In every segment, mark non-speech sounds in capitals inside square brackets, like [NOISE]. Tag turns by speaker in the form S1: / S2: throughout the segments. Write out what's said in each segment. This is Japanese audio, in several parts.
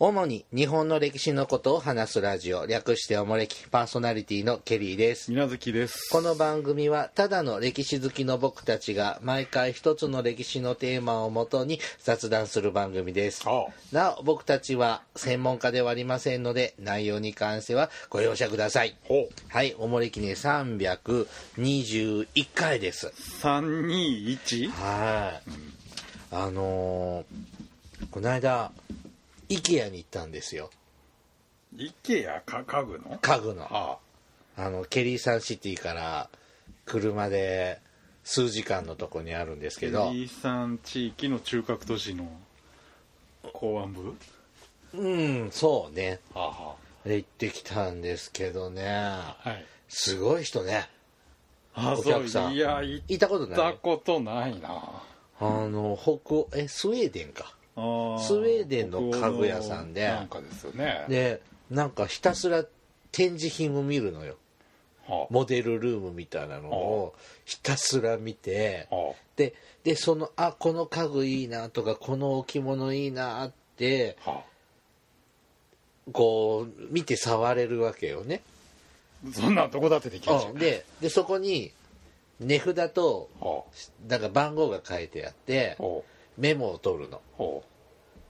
S1: 主に日本の歴史のことを話すラジオ略しておもれきパーソナリティのケリーです
S2: 水月です
S1: この番組はただの歴史好きの僕たちが毎回一つの歴史のテーマをもとに雑談する番組です
S2: あ
S1: なお僕たちは専門家ではありませんので内容に関してはご容赦ください
S2: ほ
S1: はいおもれきね321回です
S2: 321
S1: はい、あのーこの間 IKEA に行ったんですよ
S2: イケアか家具の
S1: 家具の
S2: あ
S1: あのケリーサンシティから車で数時間のとこにあるんですけど、
S2: B さん地域の中核都市の公安部
S1: うんそうね
S2: あ
S1: で行ってきたんですけどね
S2: はい
S1: すごい人ね
S2: あ
S1: お
S2: そう
S1: 客さん
S2: いや行
S1: 行ったこと
S2: っ
S1: な
S2: た
S1: い
S2: ことないな
S1: あの北欧えスウェーデンか
S2: あー
S1: スウェーデンの家具屋さんで
S2: 北欧のなんかですよね
S1: でなんかひたすら展示品を見るのよ
S2: は
S1: モデルルームみたいなのをひたすら見て
S2: あは
S1: ででそのあこの家具いいなとかこの置物いいなって
S2: あはあ
S1: こう見て触れるわけよね、
S2: そんなんどこだってできるじゃん
S1: うん [LAUGHS] ででそこに値札と
S2: は
S1: なんか番号が書いてあって
S2: あほ
S1: メモを取るの
S2: うほ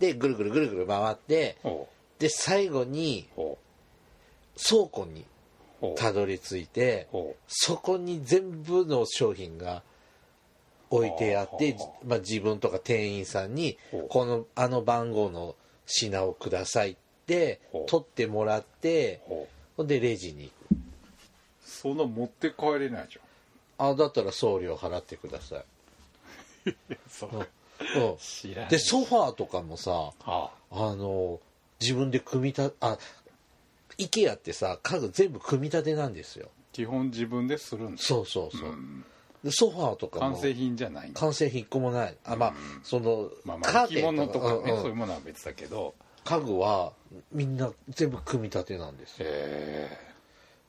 S1: でぐるぐるぐるぐる回って
S2: うほ
S1: で最後に
S2: うほ
S1: 倉庫に
S2: うほう
S1: たどり着いて
S2: ほう
S1: そこに全部の商品が置いてあって
S2: ほうほ、
S1: まあ、自分とか店員さんに
S2: ほう
S1: このあの番号の品をくださいって
S2: ほう
S1: 取ってもらって
S2: ほう
S1: ほんでレジに
S2: そんな持って帰れないじゃん
S1: あだったら送料払ってください、
S2: そう
S1: うん
S2: 知
S1: う
S2: ら
S1: ん
S2: な
S1: で
S2: い
S1: ソファーとかもさ
S2: は
S1: あの自分で組み立てあ IKEA ってさ家具全部組み立てなんですよ
S2: あ基本自分でするんです
S1: そうそうそう、
S2: ん
S1: でソファーとかも
S2: 完成品じゃないんだ
S1: 完成品一個もないあまあその、
S2: まあま
S1: カ
S2: あ
S1: ー
S2: 生き
S1: テン
S2: 物
S1: と
S2: と
S1: か
S2: かね
S1: うんうん
S2: そういうものは別だけど
S1: 家具はみんな全部組み立てなんですよ
S2: へえ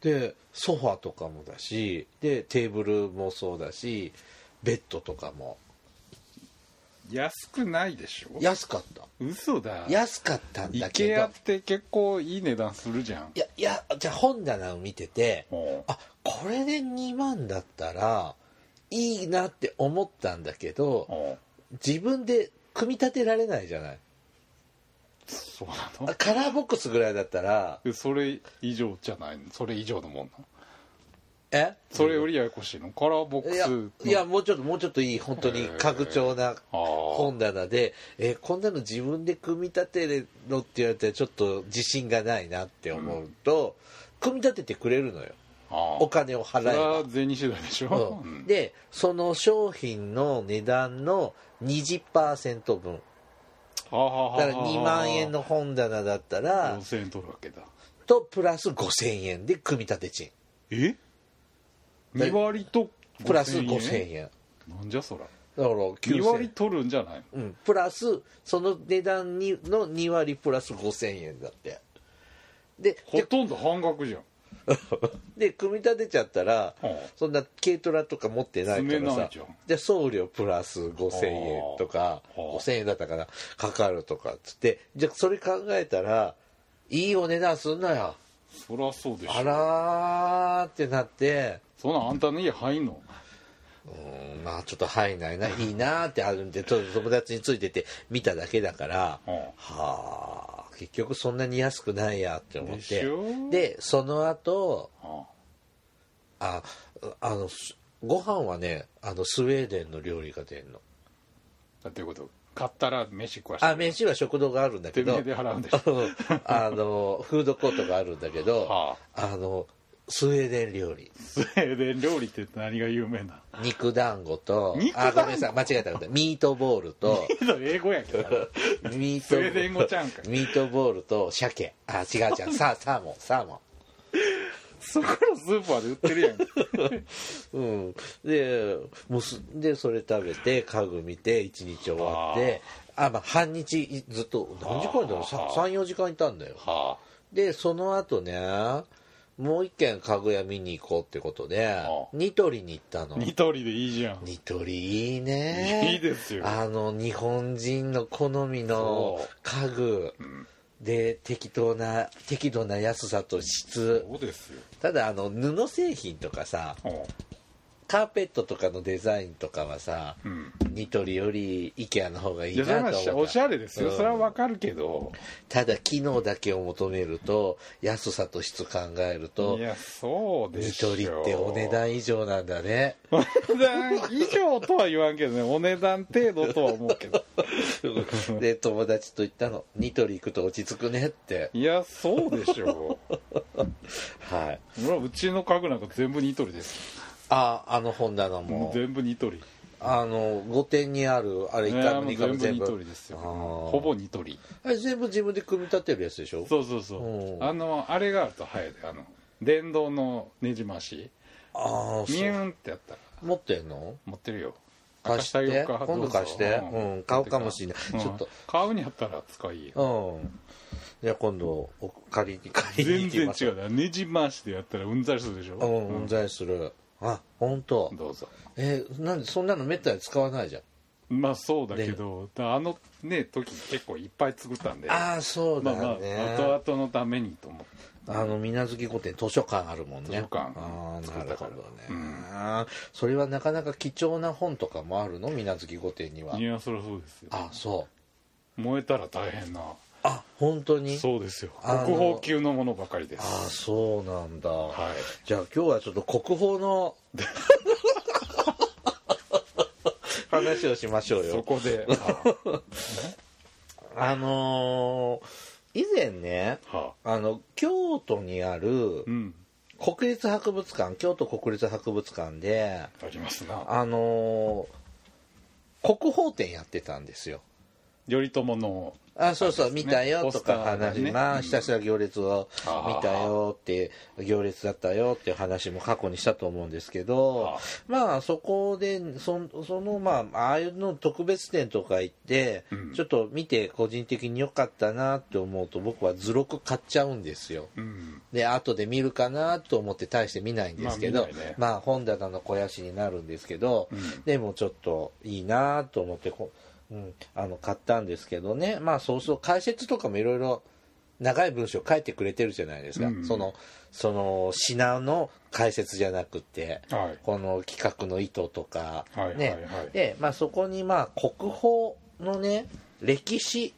S1: でソファーとかもだしでテーブルもそうだしベッドとかも
S2: 安くないでしょ
S1: 安かった
S2: 嘘だ
S1: 安かったん
S2: イ
S1: だけどい
S2: ケア
S1: や
S2: って結構いい値段するじゃん
S1: いやじゃあ本棚を見てて
S2: おう
S1: あこれで2万だったらいいなって思ったんだけど
S2: おう
S1: 自分で組み立てられないじゃない
S2: そうな
S1: あカラーボックスぐらいだったら
S2: のそれ以上じゃないのそれ以上のもんなの
S1: え
S2: それよりややこしいのカラーボック
S1: い
S2: ス
S1: や
S2: の
S1: いやもうちょっともうちょっといい本当に拡張な
S2: ああ
S1: 本棚でえこんなの自分で組み立てるのって言われたらちょっと自信がないなって思うと、組み立ててくれるのよ
S2: あ
S1: お金を
S2: それ
S1: 払え
S2: は銭次第でし
S1: ば、
S2: ょ
S1: う
S2: うんん
S1: でその商品の値段の20%分
S2: ああ
S1: だから2万円の本棚だったら
S2: 5000円取るわけだ
S1: とプラス5000円で組み立て賃
S2: え
S1: だ
S2: 2割と
S1: プラス5000円
S2: なんじゃそら
S1: だから
S2: 2
S1: 9000
S2: 割取るんじゃない
S1: うん、プラスその値段にの2割プラス5000円だってで
S2: ほ
S1: で
S2: とんど半額じゃん
S1: で組み立てちゃったら、
S2: うん
S1: そんな軽トラとか持ってないか
S2: 積め
S1: ら
S2: な
S1: さ
S2: いじゃん
S1: で送料プラス5000円とか
S2: あー
S1: 5000円だったかなかかるとかっつってじゃあそれ考えたらいいお値段すんなよ
S2: そりゃそうでしょ
S1: あらーってなって
S2: そんなんあんたの家入んの
S1: うんまあちょっと入んないないいなーってあるんでちょっと友達についてて見ただけだから、
S2: うん
S1: はあ結局そんなに安くないやって思っ
S2: でしてょ
S1: でその後
S2: あ
S1: ああのすご飯はねあのスウェーデンの料理が出んの
S2: だってこと買ったら飯食わして
S1: あ飯は食堂があるんだけ
S2: てめ
S1: ど
S2: えで払うん
S1: [LAUGHS]
S2: でしょ
S1: うんあのフードコートがあるんだけど
S2: はあ
S1: あのスウェーデン料理
S2: スウェーデン料理って何が有名な
S1: 肉団子と
S2: 肉団
S1: あ
S2: 子
S1: ごめんなさい間違えたごめんなさいミートボールと
S2: 英語
S1: [LAUGHS]
S2: やけど
S1: ミー
S2: [LAUGHS] スウェーデン語ちゃうんか
S1: ミートボールと鮭あ違う違うサーサーモンサーモン
S2: そこのスーパーで売ってる
S1: う
S2: やん
S1: ん、でもうすでそれ食べて家具見て一日終わってあまあ、半日いずっと何時間だろう
S2: あー
S1: 34時間いたんだよ
S2: は
S1: でその後ねもう一軒家具屋見に行こうってことで
S2: あ
S1: ニトリに行ったの
S2: ニトリでいいじゃん
S1: ニトリいいね
S2: いいですよ
S1: あの日本人の好みの
S2: そう
S1: 家具
S2: ん
S1: で適当な適度な安さと質
S2: そうですよ
S1: ただあの布製品とかさ
S2: おう
S1: カーペットとかのデザインとかはさ、
S2: うん
S1: ニトリより IKEA の方がいい
S2: いや
S1: な
S2: それは
S1: と思
S2: お
S1: っ
S2: し
S1: た
S2: ゃれですよ、
S1: うん
S2: それはわかるけど
S1: ただ機能だけを求めると安さと質考えると
S2: いやそうで
S1: ニ
S2: しょ
S1: トリってお値段以上なんだね
S2: お値段以上とは言わんけどねお値段程度とは思うけど
S1: で友達と言ったのニトリ行くと落ち着くねって
S2: いやそうでしょ
S1: はいう
S2: うちの家具なんか全部ニトリです
S1: ああの本棚も
S2: 全部ニトリ
S1: あの御殿にあるあれ
S2: い
S1: 1
S2: や
S1: 回
S2: も
S1: も
S2: う
S1: 2回も
S2: 全部
S1: 全
S2: ニ
S1: 部
S2: トリですよ
S1: あー
S2: ほぼニトリ
S1: あれ全部自分で組み立てるやつでしょ
S2: そうそうそう、
S1: うん
S2: あのあれがあると早いであの電動のねじ回し
S1: ああ
S2: ミ
S1: そう
S2: ューンってやったら
S1: 持ってんの
S2: 持ってるよ
S1: 貸して
S2: ああげようか
S1: 今
S2: ど
S1: 度
S2: うぞ
S1: 貸して
S2: ん
S1: うん買うかもしれない
S2: うん
S1: ちょっと
S2: 買うにあったら使い
S1: うんじゃあ今度お借りに借りに行
S2: 全
S1: き
S2: 然
S1: ます
S2: 違うなねじ回しでやったらうんざりするでしょ
S1: うんうんざりするあ本当。
S2: どうぞ
S1: えーなんでそんなのめったに使わないじゃん
S2: まあそうだけどだあのね時結構いっぱい作ったんで
S1: ああそう
S2: ま
S1: だ
S2: あまあ
S1: よね、
S2: 後々のためにと思って
S1: あの水無月御殿図書館あるもんね
S2: 図書館
S1: ああ
S2: 作
S1: な
S2: っ
S1: る
S2: たか
S1: ほ
S2: ら
S1: どね、それはなかなか貴重な本とかもあるの水無月御殿にはい
S2: やそりゃそうですよ
S1: あそう
S2: 燃えたら大変な
S1: あ本当に
S2: そうですよ
S1: あの
S2: 国宝級のものばかりで
S1: あ
S2: す
S1: あそうなんだ、
S2: はい
S1: じゃあ今日はちょっと国宝
S2: [LAUGHS]
S1: の話をしましょう
S2: そ
S1: よ [LAUGHS]
S2: こで
S1: あのー以前ね
S2: はあ
S1: あの京都にある
S2: うん
S1: 国立博物館京都国立博物館で
S2: ありますな
S1: あのー国宝展やってたんですよ
S2: 頼朝の
S1: あそうそう、
S2: あですね
S1: 見たよとか話、
S2: ポスターね
S1: ま
S2: う
S1: あ
S2: ん
S1: ひたすら行列を見たよって行列だったよっていう話も過去にしたと思うんですけど
S2: はあ
S1: まあそこでそそのまあああいうの特別展とか行って、
S2: うん
S1: ちょっと見て個人的に良かったなって思うと僕は図録買っちゃうんですよ。
S2: うん
S1: で後で見るかなと思って大して見ないんですけど、まあ
S2: まあ見ないね
S1: 本棚の肥やしになるんですけど、
S2: うん
S1: でもちょっといいなと思ってこ、うん、あの買ったんですけどねまあそうそう解説とかもいろいろ長い文章書いてくれてるじゃないですか、
S2: うん
S1: そのその品の解説じゃなくて
S2: はい
S1: この企画の意図とか、
S2: はいはい
S1: ね
S2: はい
S1: で、まあ、そこにまあ国宝のね歴史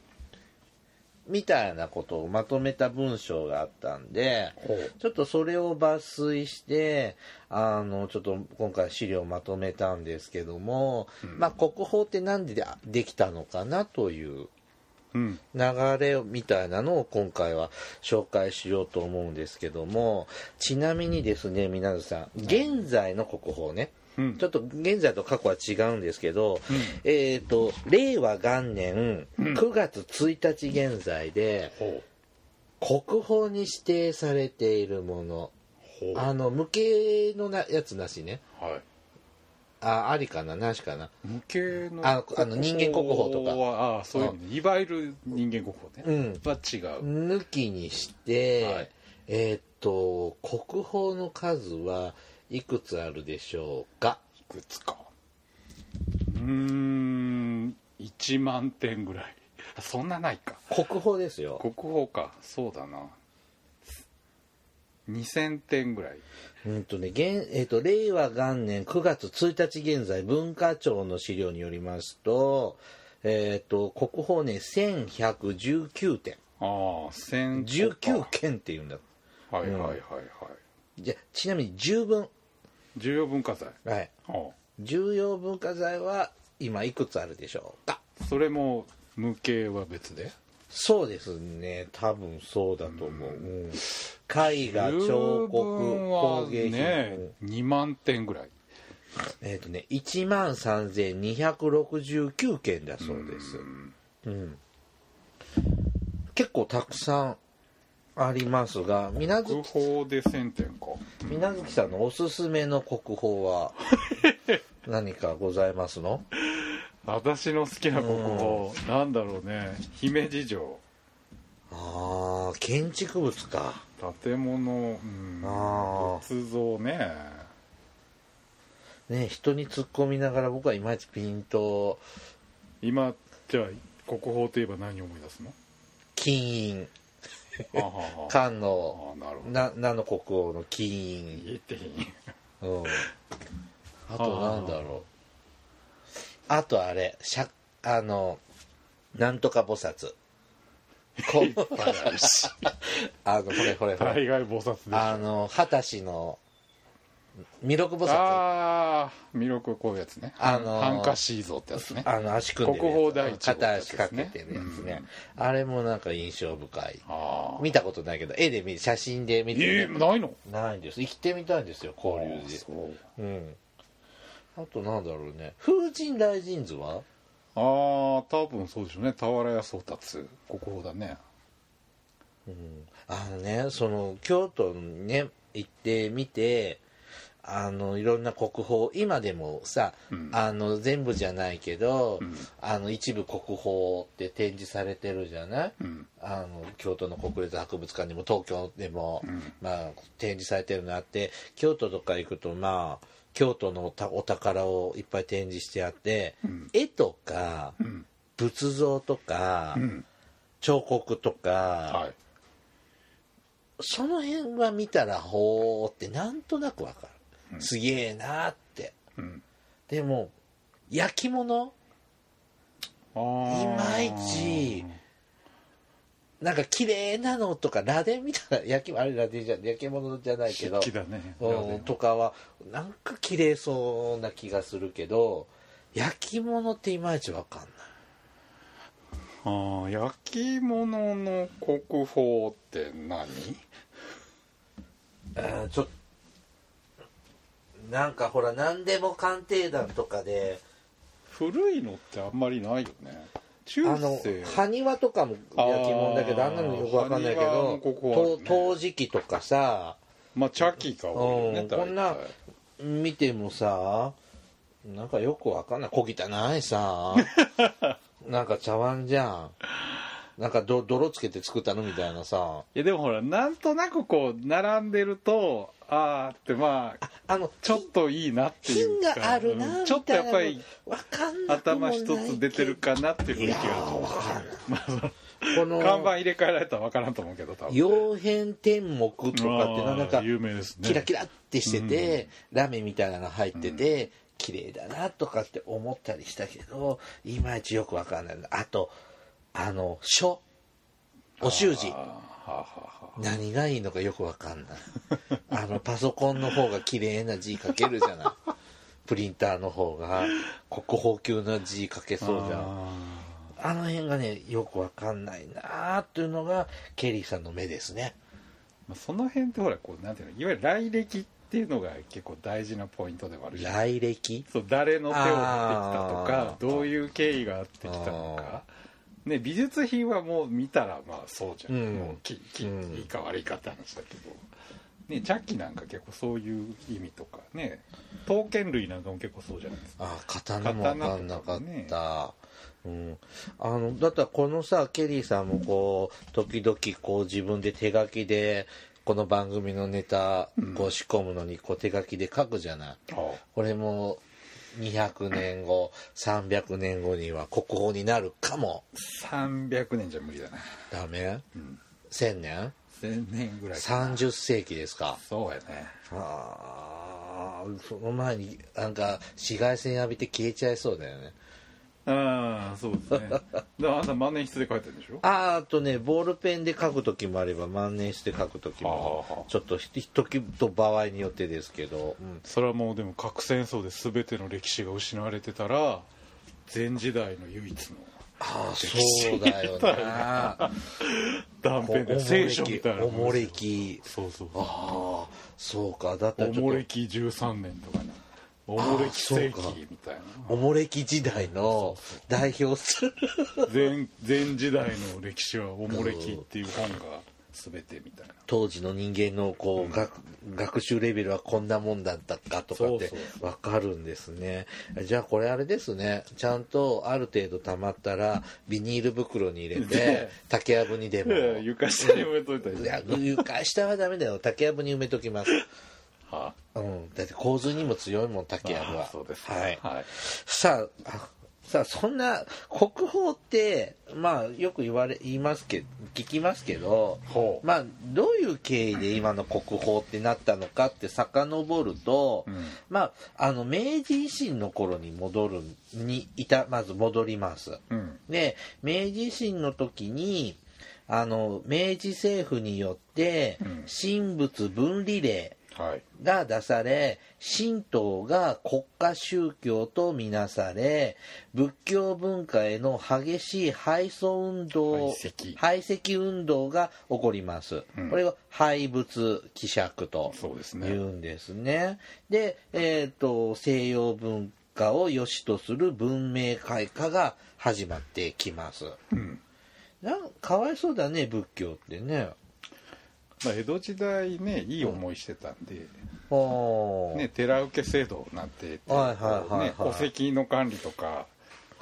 S1: みたいなことをまとめた文章があったんで
S2: ほう
S1: ちょっとそれを抜粋してあのちょっと今回資料をまとめたんですけども、まあ、国宝って何ででできたのかなという
S2: うん
S1: 流れみたいなのを今回は紹介しようと思うんですけどもちなみにですね皆さん現在の国宝ね、
S2: うん
S1: ちょっと現在と過去は違うんですけど、えっ、と令和元年9月1日現在で
S2: ほう
S1: 国宝に指定されているもの
S2: ほう
S1: あの無形のなやつなしね
S2: はい
S1: あありかななしかな
S2: 無形の
S1: ああの人間国宝とか
S2: はああそういう意味ねいわゆる人間国宝
S1: う
S2: ね
S1: ん
S2: は違う
S1: 抜きにして、
S2: はい
S1: えーっと国宝の数はいくつあるでしょうか
S2: いくつかうーん1万点ぐらいあそんなないか
S1: 国宝ですよ
S2: 国宝かそうだな2000点ぐらい
S1: うんとね現えーっと令和元年9月1日現在文化庁の資料によりますとえーっと国宝ね1119点
S2: ああ1000
S1: 19件っていうんだ
S2: はいはいはいはい
S1: じゃちなみに10分
S2: 重要文化財
S1: はい
S2: ああ
S1: 重要文化財は今いくつあるでしょうか
S2: それも無形は別で
S1: そうですね多分そうだと思う、うん絵画彫刻工芸品、
S2: ね
S1: うん
S2: 2万点ぐらい
S1: えっ、とね1万3269件だそうです、う
S2: ん
S1: ん結構たくさんありますが水無
S2: 国
S1: 月
S2: 宝で1000点か
S1: 水無月さんのおすすめの国宝は何かございますの
S2: 私の好きな国宝なんだろうね姫路城
S1: ああ建築物か
S2: 建物うん
S1: あー
S2: 仏像ね
S1: ね人に突っ込みながら僕はいまいちピンと
S2: 今じゃあ国宝といえば何を思い出すの
S1: 金印
S2: はあはあはあ
S1: 漢の
S2: ああなるほど
S1: なナの国王の金印
S2: 言っていい
S1: うん、あとなんだろうあとあれしゃあのなんとか菩薩こ
S2: いっぱいあるし
S1: [LAUGHS] あのこれこれこれ
S2: 大概菩薩でしょ
S1: あの二十歳の弥勒菩薩あ
S2: ああ弥勒こういうやつね
S1: あのー
S2: ハンカシー像ってやつね
S1: の足組んでるやつ
S2: 国宝第一号って
S1: 片
S2: やつ
S1: 足
S2: ですね
S1: かけてるやつね、あれもなんか印象深い
S2: ああ
S1: 見たことないけど絵で見写真で見
S2: え
S1: て
S2: ー、ないの
S1: ないんです生きてみたいんですよ交流
S2: あー
S1: で
S2: そう
S1: うんあとなんだろうね風神雷神図は
S2: あー多分そうでしょうね俵屋宗達国宝だね
S1: うんあのねその京都にね行ってみてあのいろんな国宝今でもさ、
S2: うん
S1: あの全部じゃないけど、
S2: うん
S1: あの一部国宝って展示されてるじゃない
S2: うん
S1: あの京都の国立博物館でも東京でも、
S2: うん
S1: まあ、展示されてるのあって京都とか行くとまあ京都のおたお宝をいっぱい展示してあって、
S2: うん
S1: 絵とか
S2: うん
S1: 仏像とか、
S2: うん
S1: 彫刻とか、
S2: はい
S1: その辺は見たらほーってなんとなくわか
S2: う
S1: る
S2: ん
S1: すげえなーって
S2: うん
S1: でも焼き物
S2: あー
S1: いまいちなんか綺麗なのとか螺鈿みたいな焼きあれ螺鈿じゃ焼き物じゃないけ
S2: 漆
S1: ど
S2: 器だね
S1: うんとかはなんか綺麗そうな気がするけど焼き物っていまいちわかんない
S2: あー焼き物の国宝って何
S1: えーちょなんかほら何でも鑑定団とかで
S2: 古いのってあんまりないよね中
S1: あの
S2: 世
S1: 埴輪とかも焼き物だけど
S2: あ
S1: あ
S2: ー
S1: んなのよくわかんないけ
S2: 埴輪も
S1: ど
S2: ここはあるね
S1: 陶陶磁器とかさ
S2: まあ茶器が多いよ
S1: うん
S2: ね大体
S1: こんな見てもさなんかよくわかんない小汚いさなんか茶碗じゃんなんかど泥つけて作ったのみたいなさ
S2: いやでもほらなんとなくこう並んでるとああってまあ
S1: あの
S2: ちょっといいなってい
S1: 品
S2: うか
S1: があるな
S2: う
S1: み
S2: んちょっ
S1: い
S2: たとや
S1: な
S2: っぱり
S1: わかんなくも
S2: 頭
S1: ない
S2: 一つ出てるかなっていう雰囲気
S1: いや
S2: があ
S1: ーわかんないこ
S2: る
S1: の
S2: 看板入れ替えられたら分からんと思うけど多分
S1: 曜変天目とかって
S2: あー
S1: なんか
S2: 有名ですね
S1: キラキラってしてて、ラメみたいなの入ってて、綺麗だなとかって思ったりしたけどいまいちよくわかんないあとあの書お習字
S2: あーはあはあはあ
S1: 何がいいのかよくわかんないあのパソコンの方が綺麗な字書けるじ
S2: [LAUGHS]
S1: ゃないプリンターの方が国宝級な字書けそうじゃんあの辺がねよくわかんないなーっていうのがケリーさんの目ですね
S2: まあその辺ってほらこうなんていうのいわゆる来歴っていうのが結構大事なポイントでもあるじゃん
S1: 来歴
S2: そう誰の手を経てきたとか
S1: あー
S2: どういう経緯があってきたのか、ね、美術品はもう見たらまあそうじゃん、
S1: うん
S2: もうきき
S1: うん
S2: いいか悪いかって話だけど、ね、茶器なんか結構そういう意味とかね刀剣類なんかも結構そうじゃないですか
S1: あー刀も分かんなかった、うん、あのだったらこのさケリーさんもこう時々こう自分で手書きでこの番組のネタこう仕込むのにこう手書きで書くじゃない、これも200年後300年後には国宝になるかも
S2: 300年じゃ無理だな、
S1: ダメ
S2: うん、
S1: 1000年
S2: 1000年ぐらい
S1: 30世紀ですか
S2: そうやね
S1: あーその前になんか紫外線浴びて消えちゃいそうだよね
S2: ああそうですねだからあんた万年筆で書いてるんでしょ
S1: あーあとねボールペンで書く時もあれば万年筆で書く時も
S2: はあはあ
S1: ちょっとひひときと場合によってですけど、うん
S2: それはもうでも核戦争で全ての歴史が失われてたら前時代の唯一の
S1: ああそうだよ
S2: [LAUGHS]
S1: な
S2: 断片で聖書みたいな
S1: おもれき
S2: そうそうそう
S1: ああそうかだったら
S2: お
S1: ちょ
S2: も
S1: っ
S2: れ
S1: と
S2: き13年とかねおもれき世紀みたい
S1: おもれき時代の代表する
S2: な前前時代の歴史はおもれきっていう本が全てみたいな
S1: 当時の人間のこう学学習レベルはこんなもんだったかとかって
S2: そう
S1: わかるんですねじゃあこれあれですねちゃんとある程度たまったらビニール袋に入れて
S2: ね
S1: 竹やぶに
S2: [LAUGHS]
S1: でも
S2: いや床下に埋めといた
S1: い
S2: り
S1: や床下はダメだよ竹やぶに埋めときます、
S2: は
S1: うん、だって洪水にも強いもん竹やぶ
S2: あ
S1: は
S2: そうですか
S1: はい
S2: はい
S1: さああさあそんな国宝ってまあよく言われ言いますけど聞きますけど
S2: ほう
S1: まあどういう経緯で今の国宝ってなったのかって遡ると、
S2: うん
S1: まああの明治維新の頃に戻るにいたまず戻ります。
S2: うん
S1: で明治維新の時にあの明治政府によって
S2: うん
S1: 神仏分離令
S2: はい
S1: が出され神道が国家宗教とみなされ仏教文化への激しい敗訴運動
S2: 排斥
S1: 排斥運動が起こります、
S2: うん
S1: これを廃仏希釈と
S2: そうです
S1: 言
S2: ね
S1: うんですね。で、えっ、と、西洋文化を良しとする文明開化が始まってきます。
S2: うん
S1: なんかわいそうだね、仏教ってね。
S2: まあ江戸時代ねいい思いしてたんで、
S1: おー
S2: ね、寺受け制度なんて、
S1: はいはいはいはい
S2: ね、戸籍の管理とか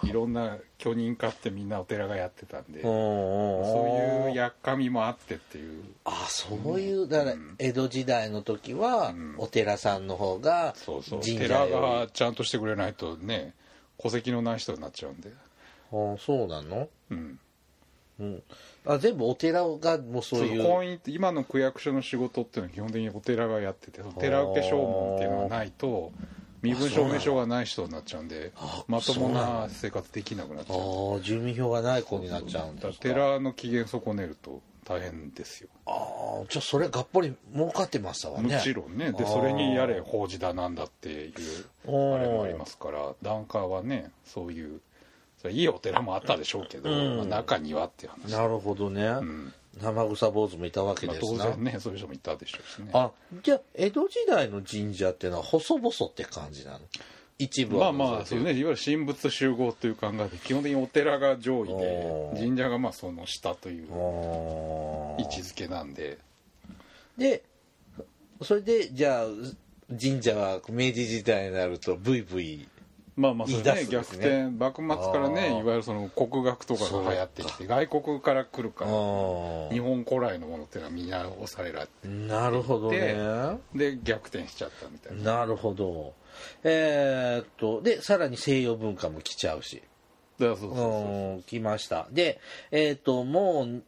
S2: いろんな許認化ってみんなお寺がやってたんで、
S1: おーおー
S2: そういう
S1: おー
S2: やっかみもあってっていう
S1: あそういうだから江戸時代の時は
S2: うん
S1: お寺さんの方が
S2: そうそう
S1: 神社
S2: 寺
S1: よ
S2: がちゃんとしてくれないとね戸籍のない人になっちゃうんで、
S1: りあそうなの、
S2: うん、
S1: うん、あ全部お寺がもうそういう
S2: 婚姻って今の区役所の仕事っていうのは基本的にお寺がやっててその寺受け証文っていうのがないと身分証明書がない人になっちゃうんで
S1: あ
S2: まとも
S1: そうな
S2: な
S1: だ
S2: ん生活できなくなっち
S1: あ
S2: ゃう
S1: ー住民票がない子になっちゃうん
S2: だ
S1: で
S2: か
S1: す
S2: ら
S1: か
S2: 寺の機嫌損ねると大変ですよ
S1: ああ、じゃあそれがっぽり儲かってましたわね。
S2: もちろんね
S1: あ
S2: で
S1: ー
S2: それにやれ法事だなんだっていう
S1: おー
S2: あれもありますから檀家はねそういうそれいいお寺もあったでしょうけど、
S1: うん
S2: まあ中にはっていう話、
S1: なるほどね。
S2: うん
S1: 生臭坊主もいたわけ
S2: まあ
S1: です
S2: 当
S1: な。
S2: 然ねそういう人もいたでしょうしね
S1: あ、じゃあ江戸時代の神社っていうのは細々って感じなの一部
S2: ま
S1: は
S2: あまあそうねいわゆる神仏集合という考えで基本的にお寺が上位
S1: お
S2: で
S1: ー
S2: 神社がまあその下という
S1: あー
S2: 位置づけなんで
S1: で、それで、じゃあ、神社は明治時代になるとブイブイ。
S2: まあまあそれ
S1: 言い出
S2: ね
S1: すんです
S2: 逆
S1: ね
S2: 転幕末から
S1: あ
S2: ね
S1: ー
S2: いわゆるその国学とかが流行ってきて外国から来る
S1: あ
S2: から
S1: ー
S2: 日本古来のものっていうのは見直されられて
S1: なるほどね。
S2: で逆転しちゃったみたいな
S1: なるほど。えーっと、で、さらに西洋文化も来ちゃうし。
S2: だからそうそうそう
S1: うん来ましたでえっ、ともう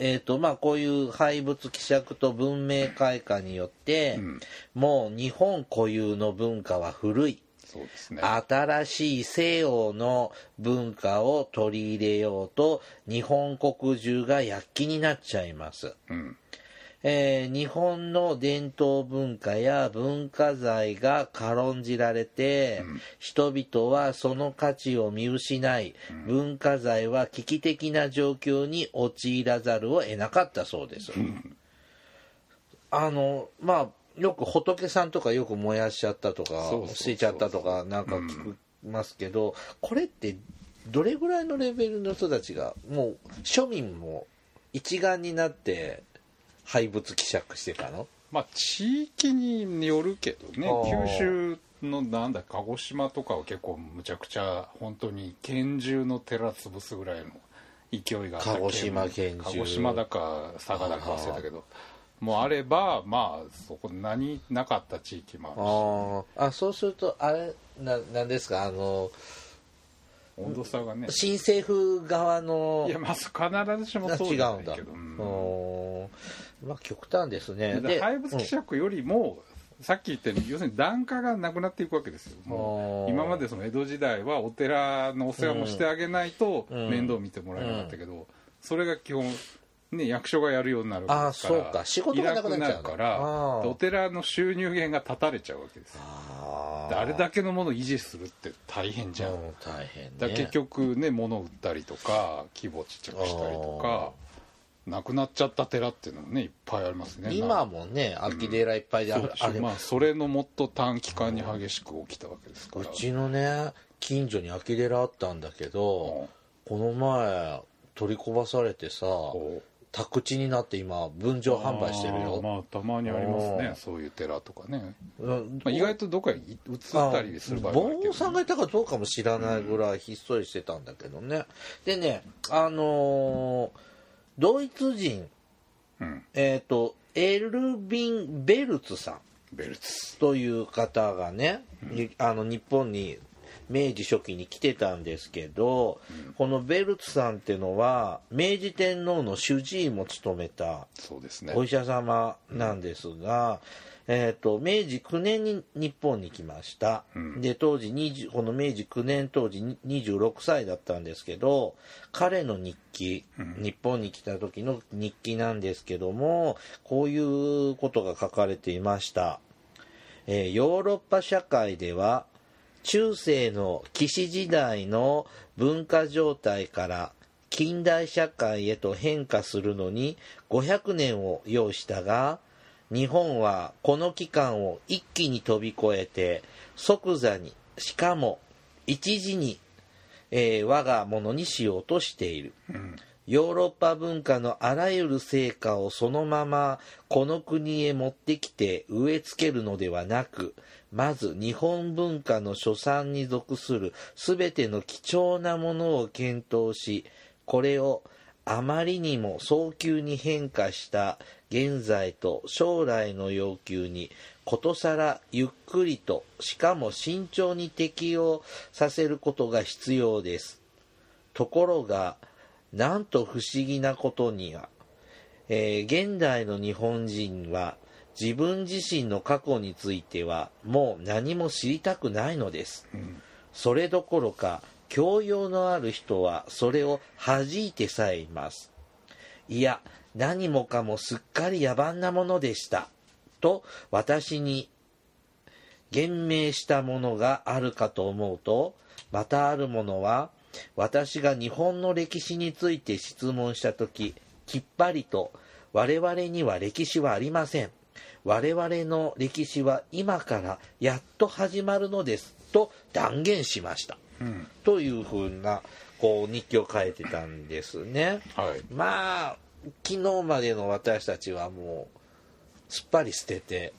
S1: えっ、とまあこういう廃仏希釈と文明開化によって、
S2: うん
S1: もう日本固有の文化は古い
S2: そうですね
S1: 新しい西洋の文化を取り入れようと日本国中が躍起になっちゃいます
S2: うん
S1: えー日本の伝統文化や文化財が軽んじられて、人々はその価値を見失い、文化財は危機的な状況に陥らざるを得なかったそうです。あのまあよく仏さんとかよく燃やしちゃったとか
S2: そうそうそう
S1: 捨てちゃったとかなんか聞きますけど、これってどれぐらいのレベルの人たちがもう庶民も一丸になって廃仏希釈してたの
S2: まあ地域によるけどね
S1: あー
S2: 九州のなんだ鹿児島とかは結構むちゃくちゃ本当に拳銃の寺潰すぐらいの勢いがあった
S1: 鹿児島拳銃
S2: 鹿児島だか佐賀だか忘れたけどもうあればまあそこ何なかった地域も
S1: あーあそうするとあれななんですかあの
S2: あるし温度差がね
S1: 新政府側の
S2: いやまあ必ずしも
S1: あ
S2: そう
S1: 違
S2: じゃ
S1: う
S2: なんい
S1: だ
S2: けどうん
S1: おーまあ極端ですね
S2: だから
S1: で
S2: 廃仏希釈よりも、さっき言ったように要するに檀家がなくなっていくわけですよもう
S1: あー
S2: 今までその江戸時代はお寺のお世話もしてあげないと
S1: うん
S2: 面倒見てもらえなかったけど、それが基本ね、役所がやるようになるわけですから
S1: あーそうか仕事がなくなっちゃうの
S2: いるから
S1: あー
S2: お寺の収入源が断たれちゃうわけですよ
S1: あ
S2: で
S1: ー
S2: あれだけのものを維持するって大変じゃん、
S1: うん大変
S2: だ
S1: ね
S2: 結局ね物売ったりとか規模ちっちゃくしたりとかなくなっちゃった寺っていうのもねいっぱいありますね
S1: 今もね空き寺いっぱいであ
S2: そ
S1: る
S2: う、でしょ
S1: あれ
S2: まあそれのもっと短期間に激しく起きたわけですか
S1: う
S2: ら
S1: ちのね近所に空き寺あったんだけど、この前取りこばされてさ
S2: こう
S1: 宅地になって今分譲販売してる
S2: あー
S1: よ、
S2: まあたまにあります
S1: うん
S2: ねそういう寺とかね、
S1: うん
S2: まあ、意外とどっかに移ったりする場合もあるけ
S1: 坊さ
S2: ど
S1: ん
S2: ね
S1: がいたかどうかも知らないぐらいひっそりしてたんだけどね、でねあのードイツ人
S2: うん
S1: えっ、とエルビン・ベルツさん
S2: ベルツ
S1: という方がね、にあの日本に明治初期に来てたんですけど、このベルツさんっていうのは明治天皇の主治医も務めた
S2: そうですね
S1: お医者様なんですが、えー、と明治9年に日本に来ました、
S2: うん
S1: で当時20この明治9年当時に26歳だったんですけど彼の日記、日本に来た時の日記なんですけどもこういうことが書かれていました、えーヨーロッパ社会では中世の騎士時代の文化状態から近代社会へと変化するのに500年を要したが日本はこの期間を一気に飛び越えて即座にしかも一時に、えー我がものにしようとしている。ヨーロッパ文化のあらゆる成果をそのままこの国へ持ってきて植え付けるのではなく、まず日本文化の所産に属するすべての貴重なものを検討し、これをあまりにも早急に変化した現在と将来の要求にことさらゆっくりとしかも慎重に適応させることが必要です。ところがなんと不思議なことには、えー現代の日本人は自分自身の過去についてはもう何も知りたくないのです、それどころか教養のある人はそれを弾いてさえいますいや何もかもすっかり野蛮なものでしたと私に言明したものがあるかと思うとまたあるものは私が日本の歴史について質問した時きっぱりと「我々には歴史はありません」「我々の歴史は今からやっと始まるのです」と断言しました
S2: うん
S1: というふうなこう日記を書いてたんですね。
S2: はい
S1: まあ昨日までの私たちはもうすっぱり捨てて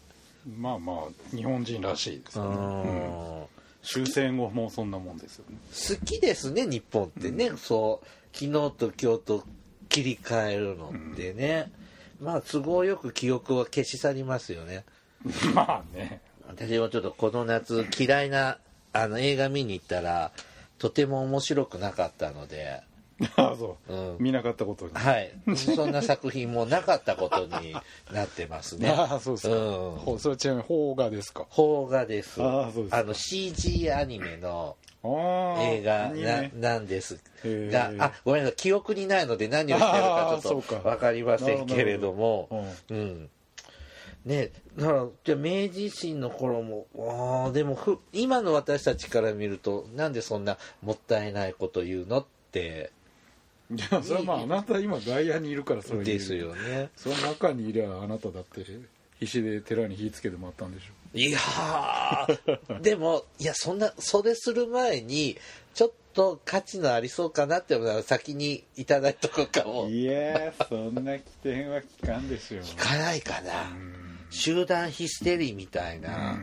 S2: まあまあ日本人らしいです
S1: う
S2: よね、うん
S1: ん
S2: 終戦後もそんなもんです
S1: [LAUGHS]
S2: よね
S1: 好きですね日本ってね、そう昨日と今日と切り替えるのってね、まあ都合よく記憶は消し去りますよね
S2: まあね
S1: 私もちょっとこの夏嫌いなあの映画見に行ったらとても面白くなかったので
S2: ああそう、
S1: うん
S2: 見なかったことに [LAUGHS]
S1: はいそんな作品もなかったことになってますね
S2: [LAUGHS] ああそうですか、
S1: うん
S2: ほうそれちなみに邦画ですか
S1: 邦画です
S2: ああそうですか
S1: の CG アニメの
S2: ああ
S1: 映画
S2: いい
S1: な
S2: ね
S1: なんです
S2: へ
S1: が
S2: ー
S1: あごめんなさい記憶にないので何をしてる
S2: あ
S1: か
S2: ー
S1: ちょっ
S2: そ
S1: と
S2: うか
S1: 分かりませんけれど
S2: なる
S1: も
S2: ほ
S1: うんねだからじゃあ明治維新の頃もあーでもふ今の私たちから見るとなんでそんなもったいないこと言うのって
S2: いやそれはまああなた今外野にいるからそれは言え
S1: で
S2: る
S1: すよね
S2: その中にいりゃあなただって必死で寺に火つけてもらったんでしょ
S1: いやー [LAUGHS] でもいやそんなそれする前にちょっと価値のありそうかなって思うのは先にいただいとこうかも
S2: いやーそんな起点は聞かんですよ
S1: いかないかな、集団ヒステリーみたいな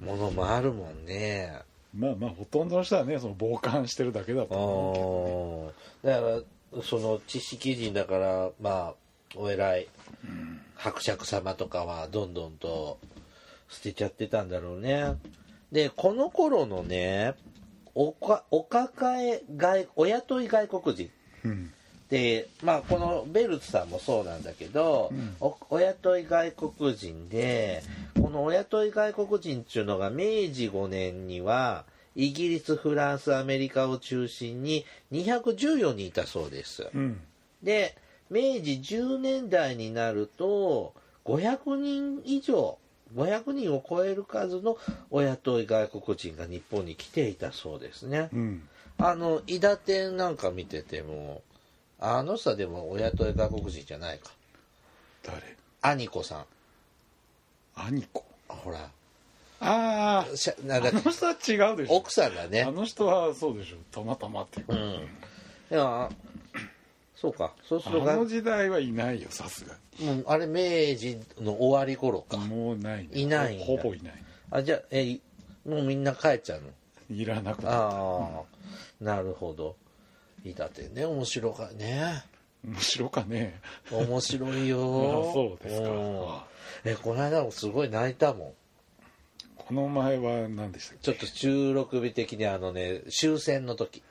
S1: ものもあるもんね、
S2: まあまあほとんどの人はねその傍観してるだけだと
S1: あ
S2: 思うけど
S1: ーだからその知識人だからまあお偉い伯爵様とかはどんどんと捨てちゃってたんだろうねでこの頃のねおかお抱え外お雇い外国人
S2: うん
S1: でまあこのベルツさんもそうなんだけど、おお雇い外国人でこのお雇い外国人っていうのが明治5年にはイギリスフランスアメリカを中心に214人いたそうです
S2: うん
S1: で明治10年代になると500人以上500人を超える数のお雇い外国人が日本に来ていたそうですね、
S2: うん
S1: あの伊達店なんか見ててもあのさでも親と外国人じゃないか
S2: 誰
S1: 兄子さん
S2: 兄子
S1: ほら
S2: ああ
S1: しゃなんだ
S2: あ
S1: っけ
S2: の [LAUGHS] 人は違うでしょ
S1: 奥さんだ
S2: あ
S1: ね
S2: の人はそうでしょたまたまっていうか、
S1: うんいやそうかそうすると
S2: あ
S1: が
S2: の時代はいないよさすが
S1: うんあれ明治の終わり頃か
S2: にもうない、ね、
S1: いないんだ
S2: ほぼいない
S1: あじゃあえもうみんな帰っちゃうの
S2: いらなくなった
S1: ああなるほど伊達店ね面白かね
S2: 面白かね
S1: 面白い
S2: [LAUGHS] あ
S1: よ
S2: そうですか
S1: んえこの間もすごい泣いたもん
S2: この前は何でしたっ
S1: ち
S2: け
S1: ょっと収録日的にあのね終戦の時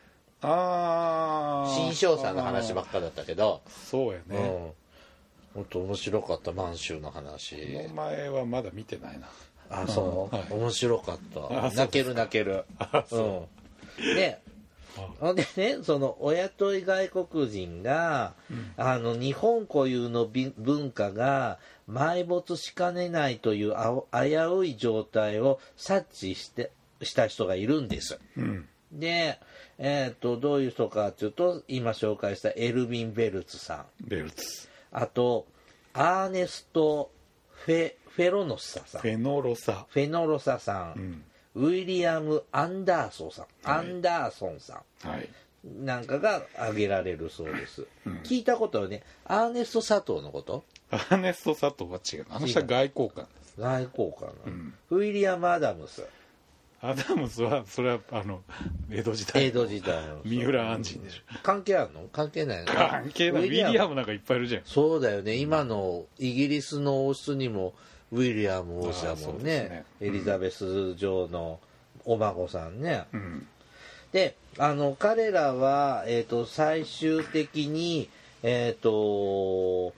S2: ああ
S1: 新章さんの話ばっかだったけど、
S2: そうや
S1: うん、
S2: ね、
S1: もっと面白かった満州の話
S2: この前はまだ見てないな
S1: あそう、
S2: はい
S1: 面白かっ
S2: あ
S1: た泣ける泣けるうんでほんでねそのお雇い外国人が、あの日本固有のび文化が埋没しかねないというあお危うい状態を察知してした人がいるんです。
S2: うん
S1: で、えー、とどういう人かというと今紹介したエルヴィン・ベルツさん
S2: ベルツ
S1: あとアーネスト・フェフェロノスサさん
S2: フェノロサ
S1: フェノロサさん、ウィリアム・アンダーソンさん、アンダーソンさ
S2: はい
S1: んなんかが挙げられるそうです、聞いたことはねアーネスト・佐藤のこと
S2: アーネスト・佐藤は違うあの人は外交官です
S1: 外交官の、ウィリアム・アダムス
S2: アダムスはそれはあの江戸時代
S1: 江戸時代の
S2: 三浦安心でしょ
S1: 関係あるの関係ないの
S2: 関係ないウ
S1: ウィ
S2: ィ
S1: リアム
S2: リアムなんかいっぱいいるじゃん
S1: そうだよね今のイギリスの王室にもウィリアム王子だ
S2: あーそ
S1: も
S2: うんで
S1: ね
S2: すね
S1: エリザベス女王のお孫さんね、
S2: うん
S1: であの彼らは、えー、と最終的に、えー、と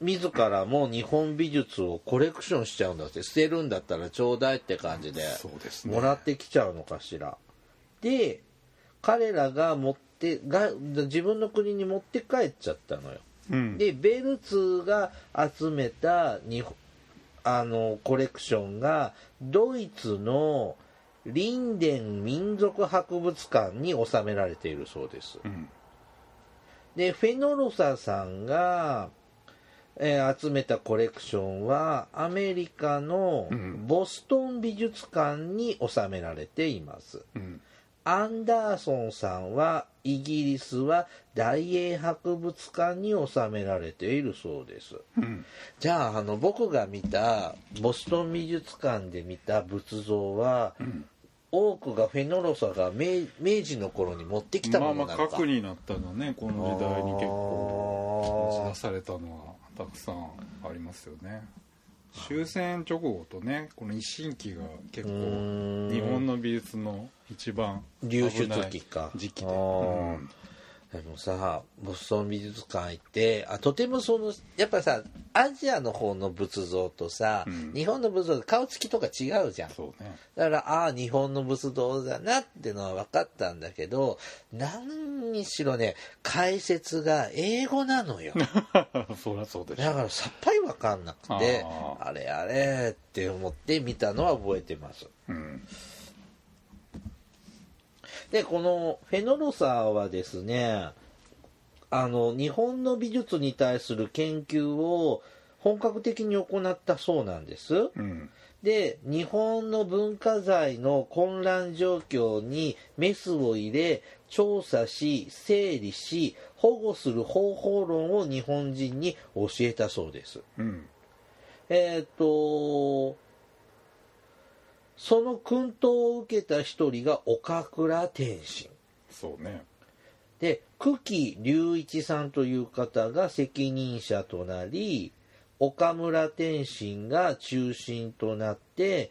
S1: 自らも日本美術をコレクションしちゃうんだって捨てるんだったらちょうだいって感じで
S2: そうですね
S1: もらってきちゃうのかしら。で彼らが持ってが自分の国に持って帰っちゃったのよ。
S2: うん
S1: でベルツが集めた日本あのコレクションがドイツのリンデン民族博物館に収められているそうです
S2: うん
S1: でフェノロサさんが、えー集めたコレクションはアメリカの
S2: ん
S1: ボストン美術館に収められています、
S2: うん
S1: アンダーソンさんはイギリスは大英博物館に収められているそうです
S2: うん
S1: じゃああの僕が見たボストン美術館で見た仏像は、多くがフェノロサが明明治の頃に持ってきた
S2: ま
S1: も
S2: あま
S1: の
S2: あ
S1: なのか、
S2: 核になったのはねこの時代に結構打ち出されたのはたくさんありますよね終戦直後とねこの一新期が結構
S1: ーん
S2: 日本の美術の一番
S1: 流出期か
S2: 危ない時期
S1: あ
S2: で、
S1: ー
S2: うん
S1: でもさボストン美術館行ってあとてもそのやっぱさアジアの方の仏像とさ、
S2: ん
S1: 日本の仏像って顔つきとか違うじゃん
S2: そうね [LAUGHS]
S1: だからああ日本の仏像だなってのは分かったんだけど何にしろね解説が英語なの [LAUGHS] よ
S2: そりゃそうでしょ
S1: だからさっぱり分かんなくて
S2: あ
S1: あれあれって思って見たのは覚えてます
S2: うん
S1: でこのフェノロサはですねあの日本の美術に対する研究を本格的に行ったそうなんです
S2: うん
S1: で日本の文化財の混乱状況にメスを入れ調査し整理し保護する方法論を日本人に教えたそうです
S2: うん
S1: えっ、とその薫陶を受けた一人が岡倉天心
S2: そうね
S1: で久喜隆一さんという方が責任者となり岡村天心が中心となって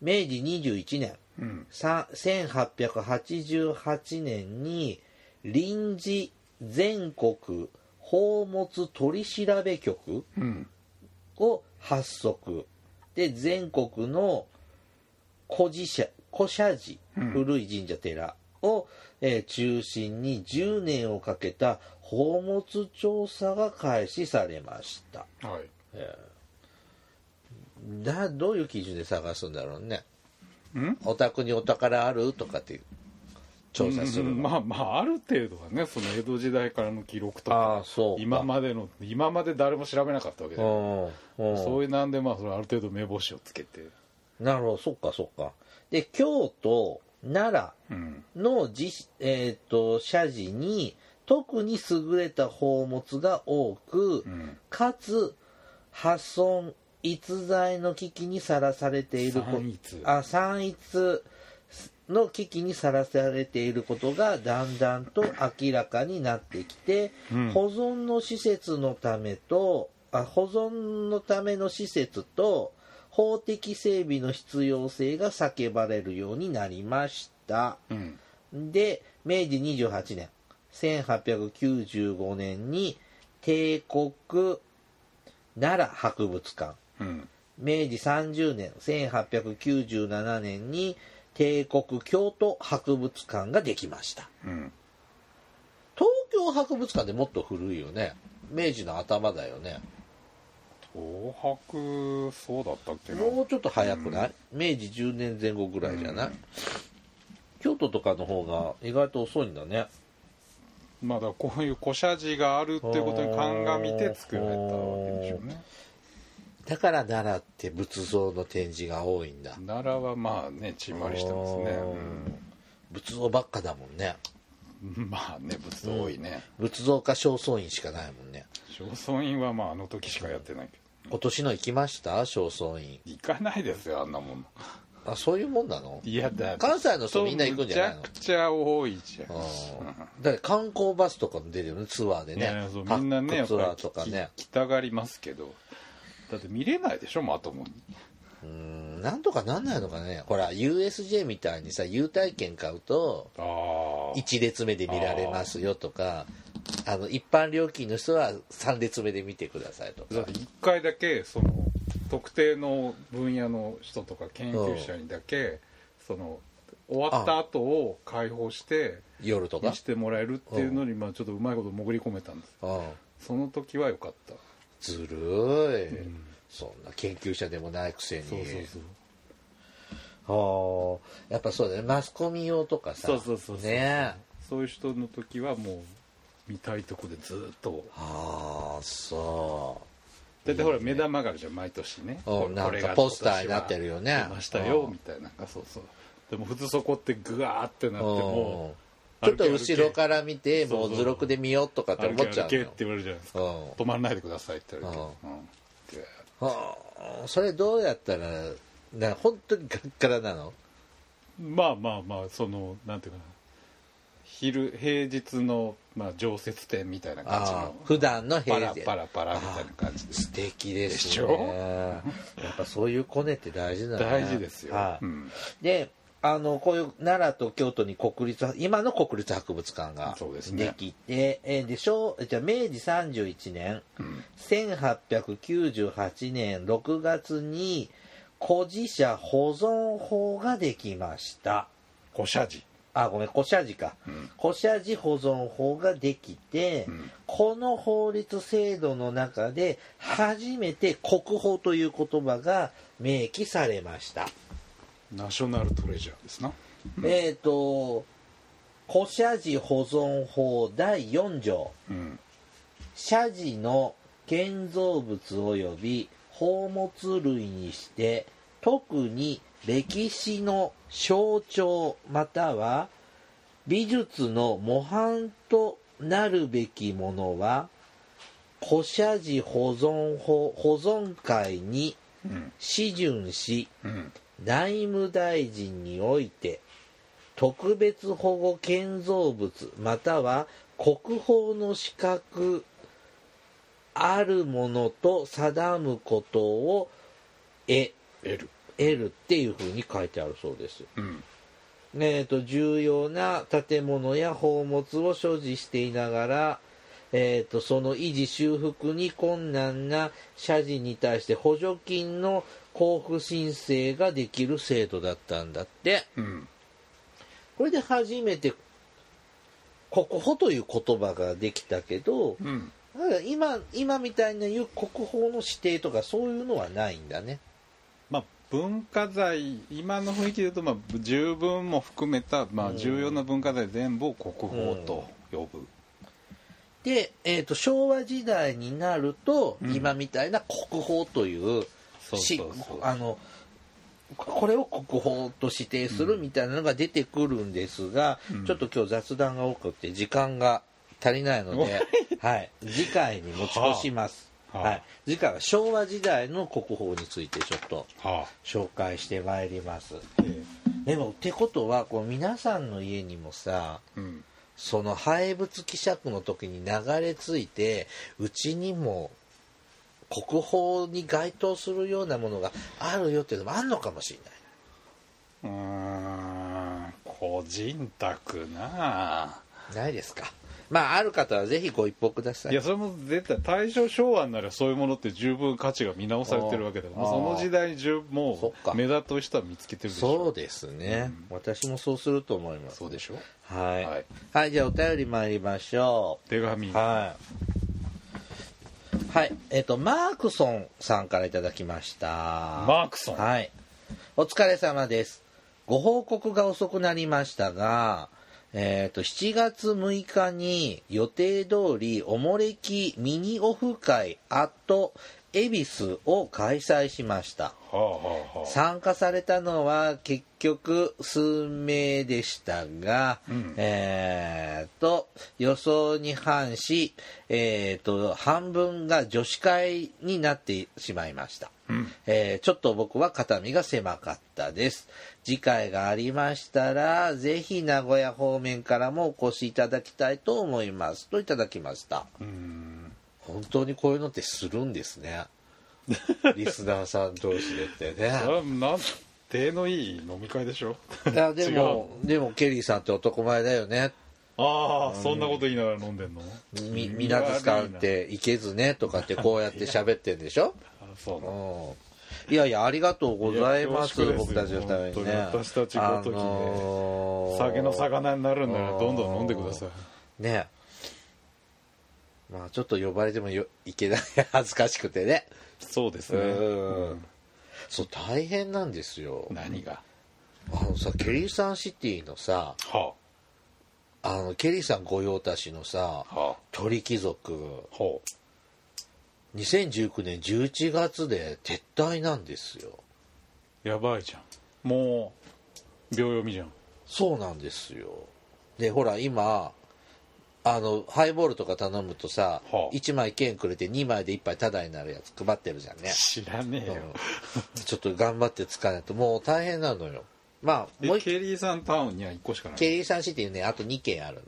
S1: 明治21年
S2: うん
S1: さ1888年に臨時全国宝物取調局
S2: うん
S1: を発足で全国の古寺社古社寺、古い神社寺を、えー中心に10年をかけた宝物調査が開始されました
S2: はい
S1: だどういう基準で探すんだろうね
S2: ん
S1: お宅にお宝あるとかっていう調査するの、
S2: うんまあまあある程度はねその江戸時代からの記録と
S1: あ
S2: か
S1: あそうか
S2: 今までの今まで誰も調べなかったわけじゃない
S1: うんうん
S2: そういうなんでまあそれある程度目星をつけて
S1: なるほどそっかそっかで京都奈良
S2: うん
S1: の寺,、えー、と社寺に特に優れた宝物が多く、
S2: ん
S1: かつ破損逸材の危機にさらされているこ
S2: 散逸
S1: あ散逸の危機にさらされていることがだんだんと明らかになってきて、
S2: うん
S1: 保存の施設のためとあ保存のための施設と法的整備の必要性が叫ばれるようになりました。
S2: うん
S1: で、明治28年、1895年に帝国奈良博物館、
S2: うん
S1: 明治30年、1897年に帝国京都博物館ができました。
S2: うん
S1: 東京博物館でもっと古いよね。明治の頭だよね。
S2: 東博そうだったっけな
S1: もうちょっと早くない、明治10年前後ぐらいじゃない、京都とかの方が意外と遅いんだね。
S2: まあだからこういう古社寺があるっていうことに鑑みて作られたわけでしょうね
S1: だから奈良って仏像の展示が多いんだ。
S2: 奈良はまあねちんまりしてますね
S1: 仏像ばっかだもんね
S2: うんまあね仏像多いね
S1: 仏像か正倉院しかないもんね
S2: 正倉院はまああの時しかやってないけ
S1: 今年の行きました正倉院
S2: ど行かないですよあんなもん
S1: あそういうもんなの
S2: いやだ
S1: 関西の人みんな行くんじゃないの
S2: むちゃくちゃ多いじゃん
S1: あーだって観光バスとかも出るよねツアーで
S2: い
S1: ね
S2: やそう
S1: パ
S2: みんな
S1: ッ
S2: ね
S1: ク
S2: やっぱ
S1: ツ
S2: り
S1: アーとかね
S2: ききたがりますけどだって見れないでしょまともに
S1: うんなんとかなんないのかねほら USJ みたいにさ優待券買うと
S2: ああ
S1: 1列目で見られますよとかあの一般料金の人は3列目で見てくださいと
S2: だっ
S1: か
S2: て1回だけその特定の分野の人とか研究者にだけその終わった後を解放して
S1: 夜とか
S2: 見せてもらえるっていうのにまあちょっとうまいこと潜り込めたんです
S1: うん
S2: その時は良かった
S1: ずるい、そんな研究者でもないくせに
S2: そうそうそう
S1: はあやっぱそうだねマスコミ用とかさ
S2: そうそうそうそう
S1: ね
S2: そういう人の時はもう見たいとこでずっと
S1: ああそ
S2: だってほら目玉があるじゃん毎年ね
S1: うん
S2: こ
S1: なんか
S2: これが
S1: ポスターになってるよね
S2: 今年は来ました
S1: う
S2: よ
S1: ん
S2: みたいななんかそうそうでも普通そこってグワーってな
S1: う
S2: っても
S1: うんちょっと
S2: 歩け歩け
S1: 後ろから見て
S2: そう
S1: も
S2: そう
S1: う図録で見ようとかって
S2: 歩
S1: 思
S2: け
S1: っちゃ
S2: 歩
S1: うの
S2: けっ
S1: よ
S2: て、言われるじゃないですか
S1: うん
S2: 止まらないでくださいって言われて、
S1: う
S2: うんで
S1: はあ、それどうやったらな本当にガッガラなの
S2: まあまあまあそのなんていうかな昼平日の、まあ、常設店みたいな感じ
S1: ああ
S2: の
S1: 普段の
S2: パ
S1: 平
S2: ラ
S1: 時
S2: パラパラみたいな感じで
S1: 素敵ですね
S2: でしょ
S1: やっぱそういうコネって大事だね
S2: 大事ですよ、
S1: はい
S2: うん、
S1: であのこういう奈良と京都に国立今の国立博物館が
S2: そうですね
S1: できてえーでしょうじゃあ明治31年、1898年6月に古事社保存法ができました
S2: 古社寺
S1: あごめん古社寺か、
S2: ん
S1: 古社寺保存法ができて、
S2: ん
S1: この法律制度の中で初めて国宝という言葉が明記されました
S2: ナショナルトレジャーですな
S1: えっ、と古社寺保存法第4条
S2: うん
S1: 社寺の建造物及び宝物類にして特に歴史の象徴または美術の模範となるべきものは古社寺保存法保存会に
S2: うん
S1: 示準し
S2: うん
S1: 内務大臣において特別保護建造物または国宝の資格あるものと定むことを得
S2: L
S1: 得るっていうふうに書いてあるそうです。
S2: うん
S1: えー、と重要な建物や宝物を所持していながら、えー、とその維持修復に困難な社寺に対して補助金の交付申請ができる制度だったんだって
S2: うん
S1: これで初めて国保という言葉ができたけど
S2: うん
S1: だから今今みたいないう国宝の指定とかそういうのはないんだね。
S2: まあ文化財今の雰囲気で言うと、まあ、十分も含めた、まあ、重要な文化財全部を国宝と呼ぶ、
S1: で、えー、と昭和時代になると、
S2: うん
S1: 今みたいな国宝という
S2: そう
S1: し
S2: そうそう
S1: あのこれを国宝と指定するみたいなのが出てくるんですが、
S2: ん
S1: ちょっと今日雑談が多くて時間が足りないので、はい、次回に持ち越します、
S2: [LAUGHS] は
S1: は
S2: あ
S1: い
S2: はあ
S1: 次回は昭和時代の国宝についてちょっと
S2: はあ
S1: 紹介してまいります
S2: え
S1: でもってことはこう皆さんの家にもさ
S2: えうん
S1: その廃仏希釈の時に流れ着いてうちにも国宝に該当するようなものがあるよっていうのもあるのかもしれない。
S2: うーん個人宅な
S1: ないですか。まあ、ある方はぜひご一報くださ
S2: い
S1: い。
S2: やそれも絶対大正昭和にならそういうものって十分価値が見直されてるわけだから
S1: あー
S2: もうその時代に十分
S1: そ
S2: も
S1: っか
S2: う目立とした見つけてるでし
S1: そう
S2: ょ
S1: ですね、私もそうすると思います。
S2: そうでしょ
S1: はい。は
S2: はいい、
S1: じゃあお便り参りましょ
S2: 手紙
S1: う。はい。はい、えっ、と、マークソンさんからいただきました。
S2: マークソン
S1: はい。お疲れ様です。ご報告が遅くなりましたが、えっ、と、7月6日に予定通りおもれきミニオフ会アット恵比寿を開催しました。
S2: はあはあはあ
S1: 参加されたのは結局数名でしたが、
S2: ん
S1: えーと予想に反し、えーと半分が女子会になってしまいました、えーちょっと僕は肩身が狭かったです次回がありましたらぜひ名古屋方面からもお越しいただきたいと思いますといただきました
S2: うん
S1: 本当にこういうのってするんです
S2: [LAUGHS]
S1: ねリスナーさん同士でってね
S2: それはなん手のいい飲み会でしょ
S1: いやで
S2: [LAUGHS]
S1: もでもケリーさんって男前だよね
S2: ああそんなこと言いながら飲んでんの
S1: み港使って行けずねとかってこうやって喋ってんでしょ、
S2: あそうな
S1: うん、いやいやありがとうございます
S2: いや恐
S1: 僕
S2: 縮
S1: た
S2: です
S1: ち
S2: よ
S1: のためにね
S2: 本当に私たちごときね
S1: のー
S2: 酒の魚になるんならどんどん飲んでください
S1: ねまあちょっと呼ばれてもよいけない [LAUGHS] 恥ずかしくてね
S2: そうです
S1: う
S2: ね
S1: ん、そう大変なんですよ
S2: 何が
S1: あのさケリーさんシティのさ
S2: は
S1: あのケリーさん御用達のさ
S2: あは
S1: 鳥貴族
S2: あはあ
S1: 2019年11月で撤退なんですよ
S2: やばいじゃんもう秒読みじゃん
S1: そうなんですよでほら今あのハイボールとか頼むとさ、
S2: はあ
S1: 1枚券くれて2枚で1杯タダになるやつ配ってるじゃんね、
S2: 知らねえよ
S1: うんちょっと頑張って使わないともう大変なのよまあもう
S2: え
S1: 一軒
S2: ケリーさんタウンには1個しかない
S1: ケリーさんシティねあと2軒ある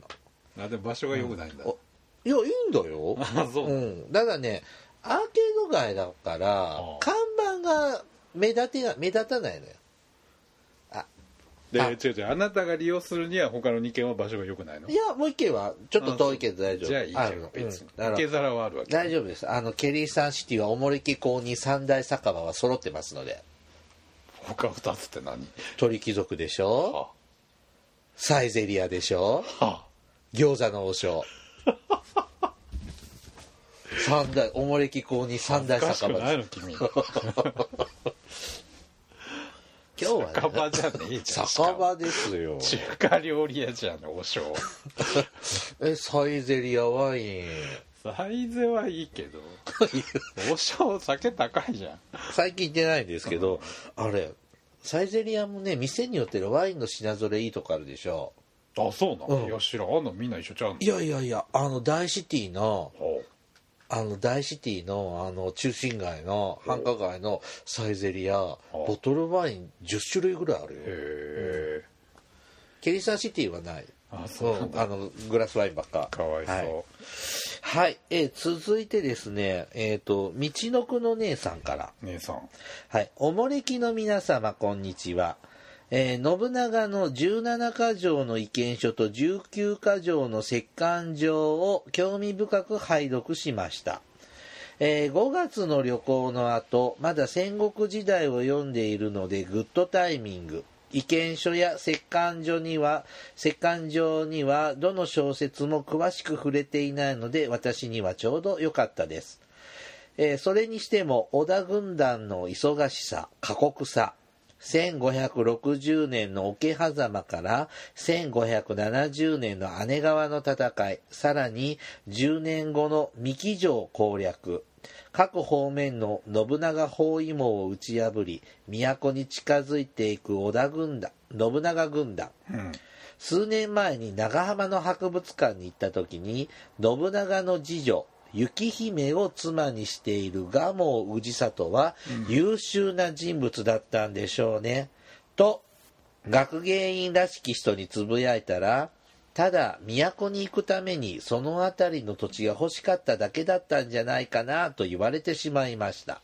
S2: あでも場所が良くないんだ、
S1: のおいやいいんだよ
S2: あそう、
S1: うん、ただねアーケード街だから
S2: あ
S1: 看板が目立てな目立たないのよ
S2: で
S1: あ
S2: 違う違うあなたが利用するには他の2軒は場所が良くないの
S1: いやもう一軒はちょっと遠いけど大丈夫
S2: じゃあいいじゃ
S1: あ
S2: ん
S1: るのうん
S2: 別に
S1: だから
S2: 受け皿はあるわけ
S1: 大丈夫ですあのケリーさんシティはおもれき公認三大酒場は揃ってますので
S2: 他2つって何
S1: 鳥貴族でしょ
S2: は
S1: サイゼリアでしょ
S2: あは
S1: 餃子の王 [LAUGHS] 将三大おもれき公認三
S2: あ
S1: 大
S2: おかし
S1: 酒
S2: く
S1: 場
S2: ない
S1: で
S2: の
S1: す
S2: 君
S1: 今日はね、
S2: 酒場じゃねえじゃん
S1: 酒場ですよ
S2: しかも中華料理屋じゃんお [LAUGHS] しょう
S1: えサイゼリアワイン
S2: サイズはいいけどおしょう酒高いじゃん
S1: 最近行ってないんですけど、あれサイゼリアもね店によってワインの品ぞれいいとこあるでしょ
S2: あそうな
S1: うん
S2: のいや知らんあんのみんな一緒ちゃうの
S1: いやいやいやあの大シティの
S2: ほ
S1: あの大シティのあの中心街の繁華街のサイゼリアボトルワイン10種類ぐらいある
S2: う
S1: よ
S2: へえ
S1: ケリサシティはない
S2: あそうなん
S1: んあのグラスワインばっか
S2: かわいそう、
S1: はい、はいえー続いてですねえっ、とみちのくの姉さんから
S2: 姉さん
S1: はい、おもれきの皆様こんにちは、えー信長の17箇条の意見書と19箇条の折巻状を興味深く拝読しました、えー5月の旅行の後まだ戦国時代を読んでいるのでグッドタイミング意見書や折巻書には折巻状にはどの小説も詳しく触れていないので私にはちょうど良かったですえーそれにしても織田軍団の忙しさ過酷さ1560年の桶狭間から1570年の姉川の戦いさらに10年後の三木城攻略各方面の信長包囲網を打ち破り都に近づいていく織田軍団信長軍団
S2: うん
S1: 数年前に長浜の博物館に行った時に信長の次女雪姫を妻にしている蒲生氏里は優秀な人物だったんでしょうね、と学芸員らしき人につぶやいたらただ都に行くためにその辺りの土地が欲しかっただけだったんじゃないかなと言われてしまいました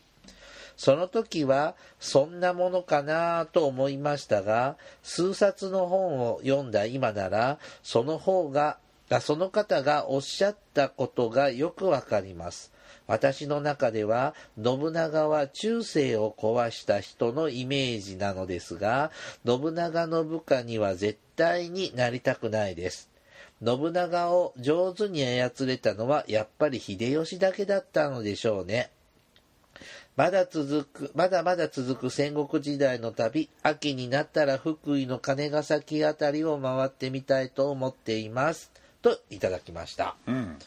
S1: その時はそんなものかなと思いましたが数冊の本を読んだ今ならその方があその方がおっしゃったことがよくわかります私の中では信長は中世を壊した人のイメージなのですが信長の部下には絶対になりたくないです信長を上手に操れたのはやっぱり秀吉だけだったのでしょうねまだ続く、まだまだ続く戦国時代の旅、秋になったら福井の金ヶ崎あたりを回ってみたいと思っています。と、いただきました。
S2: うん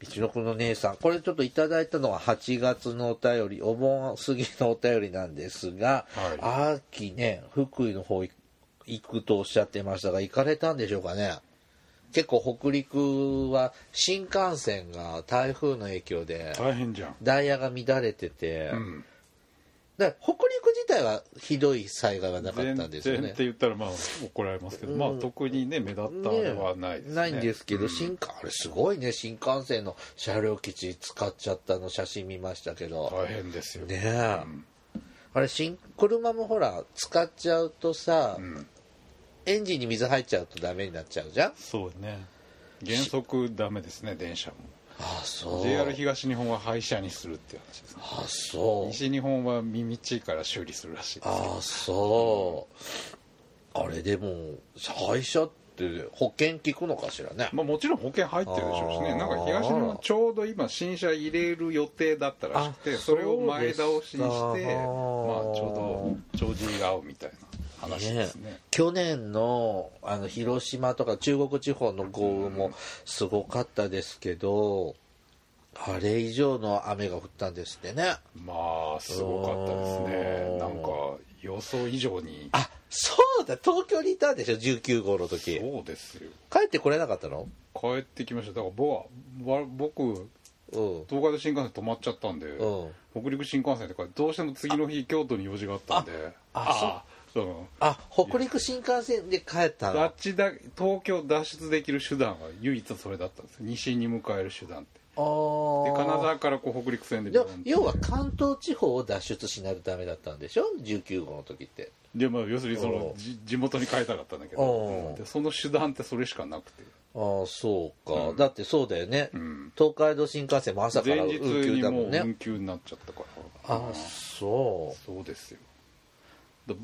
S1: 一のくの姉さん、これちょっといただいたのは8月のお便り、お盆過ぎのお便りなんですが、
S2: は
S1: 秋ね、福井の方行くとおっしゃってましたが、行かれたんでしょうかね。結構北陸は新幹線が台風の影響で
S2: 大変じゃん
S1: ダイヤが乱れてて、
S2: うん
S1: だから北陸自体はひどい災害はなかったん
S2: 全
S1: ですよ
S2: 然っ
S1: ね
S2: て。言ったらまあ怒られますけど、まあ特にね目立った
S1: ね
S2: のはないですね
S1: んですけど、新幹あれすごいね新幹線の車両基地使っちゃったの写真見ましたけど、
S2: 大変ですよ
S1: ねえ、あれ新車もほら使っちゃうとさ、エンジンに水入っちゃうとダメになっちゃうじゃん
S2: そうね原則ダメですね電車も
S1: あそう
S2: JR 東日本は廃車にするっていう話ですね
S1: あそう
S2: 西日本は耳ちいから修理するらしいです
S1: ああそうあれでも廃車って保険効くのかしらね
S2: まあ、もちろん保険入ってるでしょうし
S1: あ
S2: ね
S1: ー
S2: なんか東日本ちょうど今新車入れる予定だったらしくて
S1: あ
S2: それを前倒しにしてまあち
S1: そうですか
S2: ょうど帳尻が合うみたいな話ですね
S1: ね去年のあの広島とか中国地方の豪雨もすごかったですけど、あれ以上の雨が降ったんですってね
S2: まあすごかったです
S1: う
S2: ね
S1: ん
S2: なんか予想以上に
S1: あそうだ東京にいたんでしょ19号の時
S2: そうですよ
S1: 帰ってこれなかったの
S2: 帰ってきましただから僕はわ僕
S1: うん
S2: 東海道新幹線止まっちゃったんで、
S1: うん
S2: 北陸新幹線とかどうしても次の日京都に用事があったんで
S1: あ
S2: あその
S1: あ北陸新幹線で帰った
S2: あ
S1: の
S2: っちだ東京脱出できる手段は唯一それだったんですよ西に向かえる手段って
S1: あ
S2: で
S1: ー
S2: 金沢からこう北陸線でビ
S1: で
S2: ヨ
S1: も
S2: ンって
S1: 要は関東地方を脱出しないとダメだったんでしょ19号の時って
S2: で、まあ、要するにそ
S1: お
S2: の
S1: う
S2: じ地元に帰りたかったんだけど
S1: おう
S2: うんでその手段ってそれしかなくて
S1: ああそうか、だってそうだよね、
S2: ん
S1: 東海道新幹線も朝か
S2: 前
S1: ら運
S2: 日
S1: 休
S2: に
S1: だ
S2: も
S1: も
S2: うん運
S1: ね
S2: 休になっちゃったから
S1: ああそう
S2: そうですよだ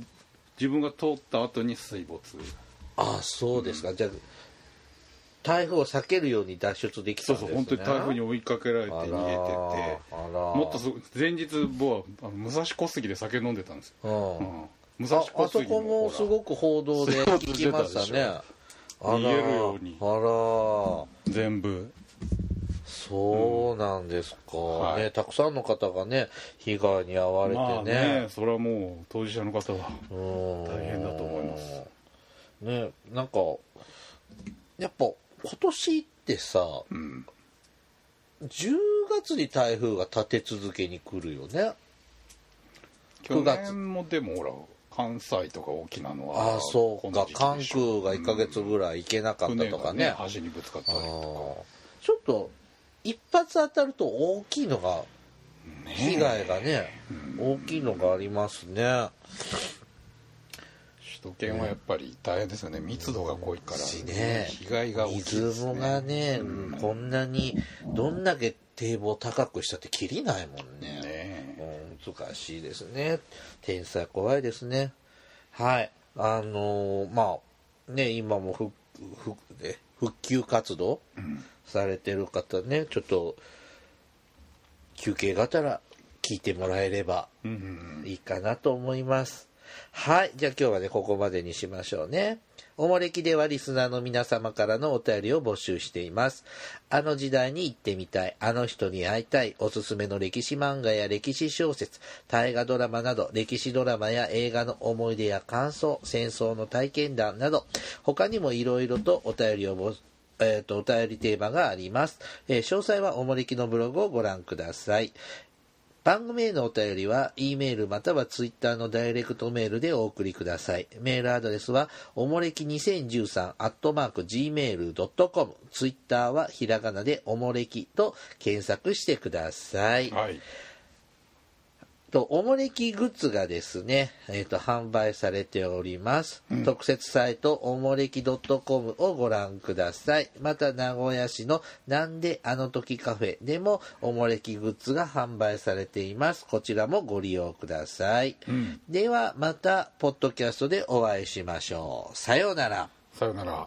S2: 自分が通った後に水没
S1: ああそうですか、じゃあ台風を避けるように脱出できた
S2: そ
S1: ん
S2: う
S1: です
S2: そ
S1: ね
S2: う本当に台風に追いかけられて逃げて
S1: あ
S2: て
S1: らあら
S2: もっとすごい前日僕はあの武蔵小杉で酒飲んでたんですよ、
S1: うん
S2: うん、武蔵
S1: あ
S2: 小
S1: あそ
S2: 杉
S1: こもすご
S2: く
S1: く報道で聞きましたねあら
S2: 逃げるように
S1: あら
S2: 全部
S1: そうなんですか、
S2: はい
S1: ねたくさんの方がね被害に遭われ
S2: まあ
S1: て
S2: ね
S1: ね,、
S2: それはもう当事者の方は
S1: うん
S2: 大変だと思います
S1: ねなんかやっぱ今年ってさ
S2: うん
S1: 10月に台風が立て続けに来るよね
S2: 去
S1: 9月
S2: 年もでもほら関西とか沖縄のは
S1: ああそうか
S2: この
S1: 関
S2: 時期でしょ
S1: 空が1ヶ月ぐらい行けなかったとか
S2: うん船
S1: ね
S2: が橋にぶつかった
S1: あ
S2: り
S1: ー
S2: と
S1: ちょっと一発当たると大きいのが
S2: かね
S1: 被害がね大きいのがありますね
S2: 首都圏はやっぱり大変ですよね密度が濃いから
S1: しね
S2: 被害が大きいです
S1: 水もがね、こんなにどんだけ堤防高くしたって切りないもんね
S2: ね
S1: うん難しいですね天才怖いですねはいあのーまあね今も復復え復旧活動されてる方ねちょっと休憩がたら聞いてもらえれば
S2: うんうん
S1: いいかなと思います。はい。じゃあ今日はね、ここまでにしましょうね。おもれきではリスナーの皆様からのお便りを募集しています。あの時代に行ってみたい、あの人に会いたい、おすすめの歴史漫画や歴史小説、大河ドラマなど、歴史ドラマや映画の思い出や感想、戦争の体験談など、他にもいろいろとお便りを募集えー、とお便りテーマがあります、えー詳細はおもれきのブログをご覧ください番組へのお便りは E メールまたは Twitter のダイレクトメールでお送りくださいメールアドレスはおもれき2013アットマーク Gmail.com ツイッターはひらがなでおもれきと検索してください、
S2: はい
S1: とおもれきグッズがですね、えー、と販売されております、特設サイトおもれき .com をご覧くださいまた名古屋市のなんであの時カフェでもおもれきグッズが販売されていますこちらもご利用ください、ではまたポッドキャストでお会いしましょうさようなら
S2: さよなら